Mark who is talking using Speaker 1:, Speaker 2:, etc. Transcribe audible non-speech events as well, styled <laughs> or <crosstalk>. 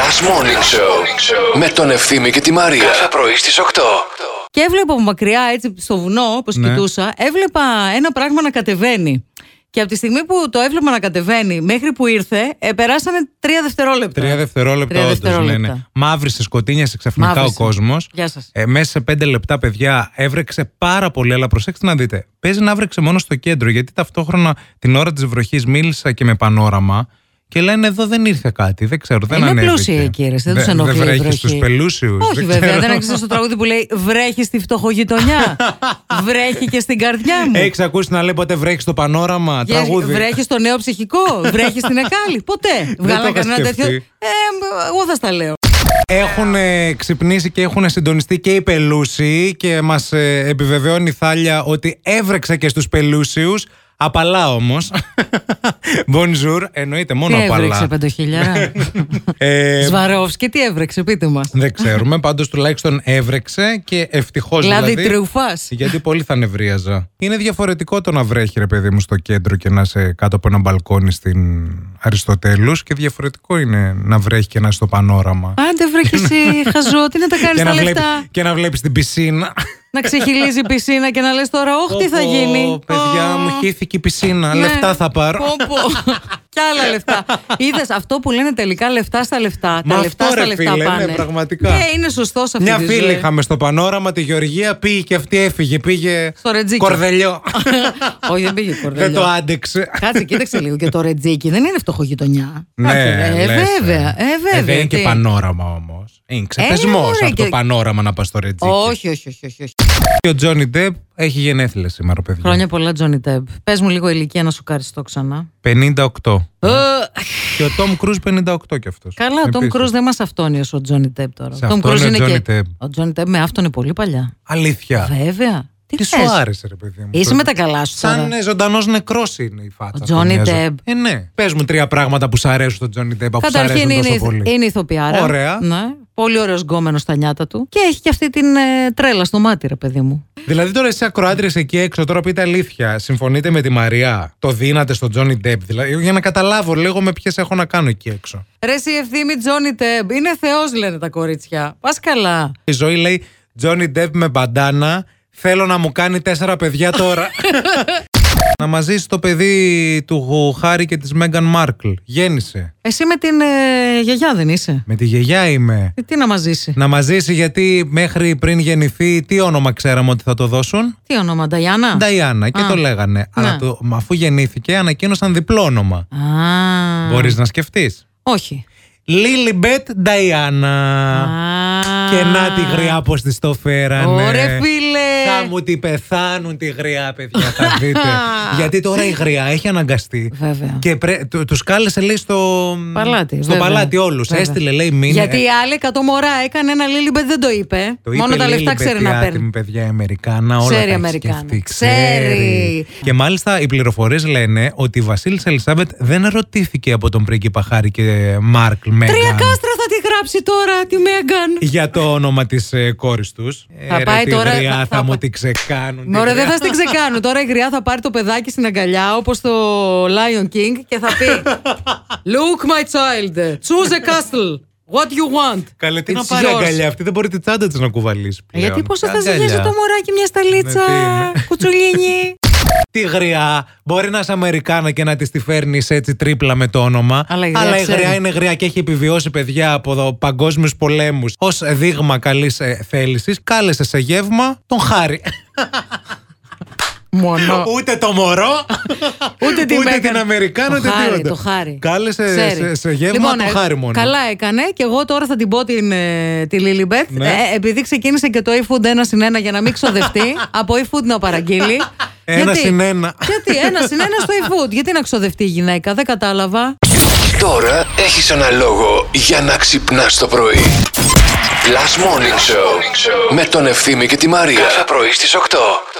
Speaker 1: Last Morning Show με τον Ευθύμη και τη Μαρία. Κάθε πρωί στις 8.
Speaker 2: Και έβλεπα από μακριά, έτσι στο βουνό, όπως
Speaker 3: Ναι.
Speaker 2: κοιτούσα, έβλεπα ένα πράγμα να κατεβαίνει. Και από τη στιγμή που το έβλεπα να κατεβαίνει μέχρι που ήρθε, ε, περάσανε τρία δευτερόλεπτα.
Speaker 3: Τρία
Speaker 2: Τρία
Speaker 3: δευτερόλεπτα ναι, όντω
Speaker 2: δευτερόλεπτα.
Speaker 3: λένε. Μαύρισε, σκοτίνιασε ξαφνικά
Speaker 2: Μαύρισε.
Speaker 3: ο κόσμος.
Speaker 2: Γεια σας.
Speaker 3: Ε, μέσα σε πέντε λεπτά, παιδιά, έβρεξε πάρα πολύ. Αλλά προσέξτε να δείτε. Παίζει να έβρεξε μόνο στο κέντρο. Γιατί ταυτόχρονα την ώρα της βροχής μίλησα και με πανόραμα και λένε εδώ δεν ήρθε κάτι. Δεν ξέρω, δεν
Speaker 2: Είναι
Speaker 3: ανέβηκε.
Speaker 2: πλούσιοι οι κύριες, δεν τους ενοχλεί η
Speaker 3: Δεν βρέχεις
Speaker 2: βροχή.
Speaker 3: στου πελούσιους.
Speaker 2: Όχι, βέβαια, δεν άκουσα στο τραγούδι που λέει Βρέχεις στη
Speaker 3: <laughs>
Speaker 2: φτωχογειτονιά. βρέχει και στην καρδιά μου.
Speaker 3: Έχεις ακούσει να λέει ποτέ βρέχεις στο πανόραμα.
Speaker 2: Βγες-
Speaker 3: τραγούδι.
Speaker 2: Βρέχεις στο νέο ψυχικό. Βρέχεις στην Εκάλη. Ποτέ. Βγάλα
Speaker 3: το είχα
Speaker 2: κανένα τέτοιο.
Speaker 3: σκεφτεί.
Speaker 2: Ε, εγώ θα στα λέω.
Speaker 3: Έχουν ε, ξυπνήσει και έχουν συντονιστεί και οι πελούσιοι και μας επιβεβαιώνει η Θάλια ότι έβρεξε και στους πελούσιους. Απαλά όμως. <laughs> Bonjour, εννοείται
Speaker 2: Τι
Speaker 3: μόνο
Speaker 2: έβρεξε,
Speaker 3: απαλά.
Speaker 2: πεντοχιλιά.
Speaker 3: <laughs> Ε,
Speaker 2: Σβαρόφσκι, τι έβρεξε, πείτε μας.
Speaker 3: δεν ξέρουμε, πάντως τουλάχιστον έβρεξε και ευτυχώς
Speaker 2: Δηλαδή,
Speaker 3: δηλαδή.
Speaker 2: τρουφά.
Speaker 3: Γιατί πολύ θα νευρίαζα. Είναι διαφορετικό το να βρέχει, ρε παιδί μου, στο κέντρο και να είσαι κάτω από ένα μπαλκόνι στην Αριστοτέλους και διαφορετικό είναι να βρέχει και να είσαι στο πανόραμα.
Speaker 2: Άντε βρε και
Speaker 3: <laughs>
Speaker 2: εσύ, χαζό, τι να τα κάνει
Speaker 3: και,
Speaker 2: τα
Speaker 3: να βλέπει,
Speaker 2: λεφτά.
Speaker 3: και να βλέπεις την πισίνα.
Speaker 2: Να ξεχυλίζει η πισίνα και να λες τώρα, Ωχ, τι θα
Speaker 3: Πω, πω,
Speaker 2: γίνει.
Speaker 3: Παιδιά
Speaker 2: Ω,
Speaker 3: μου, χύθηκε η πισίνα.
Speaker 2: ναι.
Speaker 3: Λεφτά θα πάρω.
Speaker 2: Πω,
Speaker 3: <laughs>
Speaker 2: πω. Κι άλλα λεφτά. Είδες αυτό που λένε τελικά λεφτά στα λεφτά.
Speaker 3: Μα
Speaker 2: τα λεφτά
Speaker 3: αυτό,
Speaker 2: στα
Speaker 3: ρε,
Speaker 2: λεφτά
Speaker 3: φίλε, ναι,
Speaker 2: πάνε.
Speaker 3: πραγματικά.
Speaker 2: Ναι, είναι σωστός αυτό.
Speaker 3: Μια φίλη είχαμε στο πανόραμα, τη Γεωργία, πήγε και αυτή έφυγε. Πήγε.
Speaker 2: Στο ρετζίκι.
Speaker 3: Κορδελιό.
Speaker 2: <laughs> Όχι, δεν πήγε κορδελιό.
Speaker 3: Δεν το άντεξε.
Speaker 2: Κάτσε, κοίταξε λίγο και το ρετζίκι. Δεν είναι φτωχογειτονιά.
Speaker 3: Ναι,
Speaker 2: Κάτσε, ε,
Speaker 3: λες,
Speaker 2: βέβαια. Ε, βέβαια.
Speaker 3: Ε, δεν είναι και
Speaker 2: τι.
Speaker 3: πανόραμα όμω. Είναι
Speaker 2: Ε,
Speaker 3: ξεπεσμό
Speaker 2: μωρέ,
Speaker 3: από το
Speaker 2: και-
Speaker 3: πανόραμα να πας στο ρετζίκι.
Speaker 2: Όχι, όχι, όχι, όχι. όχι.
Speaker 3: Και ο Τζόνι Ντεπ έχει γενέθλια σήμερα, παιδιά.
Speaker 2: Χρόνια πολλά, Τζόνι Τέμπ. Πες μου λίγο ηλικία να σου κάριστώ ξανά.
Speaker 3: 58.
Speaker 2: Ε,
Speaker 3: και ο Τόμ Κρούζ 58 κι αυτός.
Speaker 2: Καλά, ο Τόμ Κρούζ δεν μας αυτόνει όσο ο Τζόνι Τέπ τώρα.
Speaker 3: Σε
Speaker 2: Ο Tom
Speaker 3: αυτόν
Speaker 2: Cruise
Speaker 3: ο Johnny
Speaker 2: και...
Speaker 3: Depp.
Speaker 2: Ο Τζόνι Τέπ με αυτόν είναι πολύ παλιά.
Speaker 3: Αλήθεια.
Speaker 2: Βέβαια. Τι,
Speaker 3: Τι
Speaker 2: θες?
Speaker 3: σου άρεσε, ρε παιδί μου.
Speaker 2: Είσαι
Speaker 3: το-
Speaker 2: με τα καλά σου
Speaker 3: Σαν
Speaker 2: τώρα.
Speaker 3: ε, ζωντανός νεκρός είναι η φάτσα.
Speaker 2: Ο
Speaker 3: του,
Speaker 2: Johnny
Speaker 3: μοιάζει.
Speaker 2: Depp.
Speaker 3: Ε, ναι. Πες μου τρία πράγματα που σ' αρέσουν στον Τζόνι Ντεπ. Που σ' αρέσουν
Speaker 2: Καταρχήν είναι,
Speaker 3: τόσο
Speaker 2: η-
Speaker 3: πολύ.
Speaker 2: είναι ηθοποιάρα.
Speaker 3: Ωραία.
Speaker 2: Ναι. Πολύ ωραίος γκόμενος στα νιάτα του. Και έχει και αυτή την ε, τρέλα στο μάτι, ρε παιδί μου.
Speaker 3: Δηλαδή τώρα εσεί ακροάτριες εκεί έξω, τώρα πείτε αλήθεια. Συμφωνείτε με τη Μαρία. Το δίνατε στον Τζόνι Ντεπ. Δηλαδή, για να καταλάβω λίγο με ποιες έχω να κάνω εκεί έξω.
Speaker 2: Ρε, η ευθύνη Τζόνι Τέμπ. Είναι θεός, λένε τα κορίτσια. Πας καλά.
Speaker 3: Η ζωή λέει Τζόνι Ντεπ με μπαντάνα. Θέλω να μου κάνει τέσσερα παιδιά
Speaker 2: <laughs>
Speaker 3: τώρα. να μαζί το παιδί του Χάρη και της Μέγαν Μάρκλ. Γέννησε.
Speaker 2: Εσύ με την ε, γιαγιά δεν είσαι.
Speaker 3: Με τη γιαγιά είμαι.
Speaker 2: Ε, Τι να μα ζήσει.
Speaker 3: Να μαζίσει γιατί μέχρι πριν γεννηθεί τι όνομα ξέραμε ότι θα το δώσουν.
Speaker 2: Τι όνομα, Νταϊάννα.
Speaker 3: Νταϊάννα και
Speaker 2: Α. Ναι.
Speaker 3: το λέγανε. Αλλά το, μα αφού γεννήθηκε ανακοίνωσαν διπλό όνομα.
Speaker 2: Α.
Speaker 3: Μπορείς να σκεφτείς.
Speaker 2: Όχι.
Speaker 3: Λίλιμπετ Νταϊάννα. Και να τη γριά πως της το φέρανε.
Speaker 2: Ωρε φίλε.
Speaker 3: Ναι. Θα μου τη πεθάνουν τη γριά, παιδιά. Θα
Speaker 2: <laughs>
Speaker 3: δείτε. Γιατί τώρα η γριά έχει αναγκαστεί.
Speaker 2: Βέβαια.
Speaker 3: Και πρέ... του τους κάλεσε, λέει, στο
Speaker 2: Παλάτι,
Speaker 3: στο
Speaker 2: βέβαια.
Speaker 3: παλάτι όλους.
Speaker 2: Βέβαια.
Speaker 3: Έστειλε, λέει, μήνυμα.
Speaker 2: Γιατί η άλλη 100 μωρά έκανε ένα Λίλιμπετ, δεν το είπε.
Speaker 3: Το
Speaker 2: Μόνο
Speaker 3: είπε
Speaker 2: τα λεφτά
Speaker 3: Lilibet,
Speaker 2: ξέρει
Speaker 3: η
Speaker 2: να παίρνει.
Speaker 3: άτιμη παιδιά η Αμερικάνα, όλα
Speaker 2: Ξέρει
Speaker 3: τα έχει
Speaker 2: Αμερικάνα.
Speaker 3: σκεφτεί,
Speaker 2: Ξέρει.
Speaker 3: Και μάλιστα οι πληροφορίες λένε ότι η Βασίλισσα Ελισάβετ δεν ερωτήθηκε από τον πρίγκιπα Χάρη και Μάρκλ Μέγαν
Speaker 2: Τρία κάστρα θα τη γράψει τώρα τη Μέγκαν.
Speaker 3: για το όνομα της ε, κόρης τους.
Speaker 2: Θα πάει τώρα-
Speaker 3: Γριά,
Speaker 2: θα-
Speaker 3: θα,
Speaker 2: θα
Speaker 3: μου
Speaker 2: πάει.
Speaker 3: τη ξεκάνουν. τη
Speaker 2: Ωραία, δεν
Speaker 3: γριά.
Speaker 2: θα στην ξεκάνω. Τώρα η γριά θα πάρει το παιδάκι στην αγκαλιά όπως το Lion King και θα πει Look my child, choose a castle. What you want.
Speaker 3: Καλέ, τι να
Speaker 2: It's
Speaker 3: πάρει
Speaker 2: yours». Ε,
Speaker 3: αγκαλιά. Αυτή δεν μπορεί τη τσάντα της να κουβαλήσει. πλέον.
Speaker 2: Γιατί πόσο θα
Speaker 3: Αγκαλιά.
Speaker 2: ζυγίζει το μωράκι μια σταλίτσα,
Speaker 3: Ναι, τι είναι.
Speaker 2: κουτσουλίνι.
Speaker 3: Τη γριά μπορεί να είσαι Αμερικάνα και να τη τη φέρνεις έτσι τρίπλα με το όνομα.
Speaker 2: Αλλά η γριά
Speaker 3: η
Speaker 2: ξέρει.
Speaker 3: γριά είναι γριά και έχει επιβιώσει παιδιά από παγκόσμιους πολέμους. Ως δείγμα καλής θέλησης, κάλεσε σε γεύμα τον Χάρη.
Speaker 2: Μόνο.
Speaker 3: ούτε το μωρό,
Speaker 2: Ούτε την,
Speaker 3: ούτε
Speaker 2: Μέγαν.
Speaker 3: την Αμερικάνα,
Speaker 2: Το
Speaker 3: ούτε
Speaker 2: χάρι,
Speaker 3: τίποτα.
Speaker 2: Το χάρι.
Speaker 3: Κάλεσε
Speaker 2: Ξέρει.
Speaker 3: σε, σε γεύμα
Speaker 2: Λοιπόν,
Speaker 3: τον
Speaker 2: ε,
Speaker 3: Χάρη μόνο.
Speaker 2: Καλά έκανε και εγώ τώρα θα την πω την, ε, τη Λίλιμπετ.
Speaker 3: Ναι.
Speaker 2: Ε, επειδή ξεκίνησε και το e-food ένα συν ένα για να μην
Speaker 3: <laughs>
Speaker 2: ξοδευτεί, από e-food να παραγγείλει.
Speaker 3: Ένα συν ένα.
Speaker 2: Γιατί ένα συν ένα στο e-food. Γιατί να ξοδευτεί η γυναίκα, δεν κατάλαβα.
Speaker 1: Τώρα έχεις ένα λόγο για να ξυπνάς το πρωί. Last Morning Show με τον Ευθύμη και τη Μαρία. Κάθε πρωί στις 8.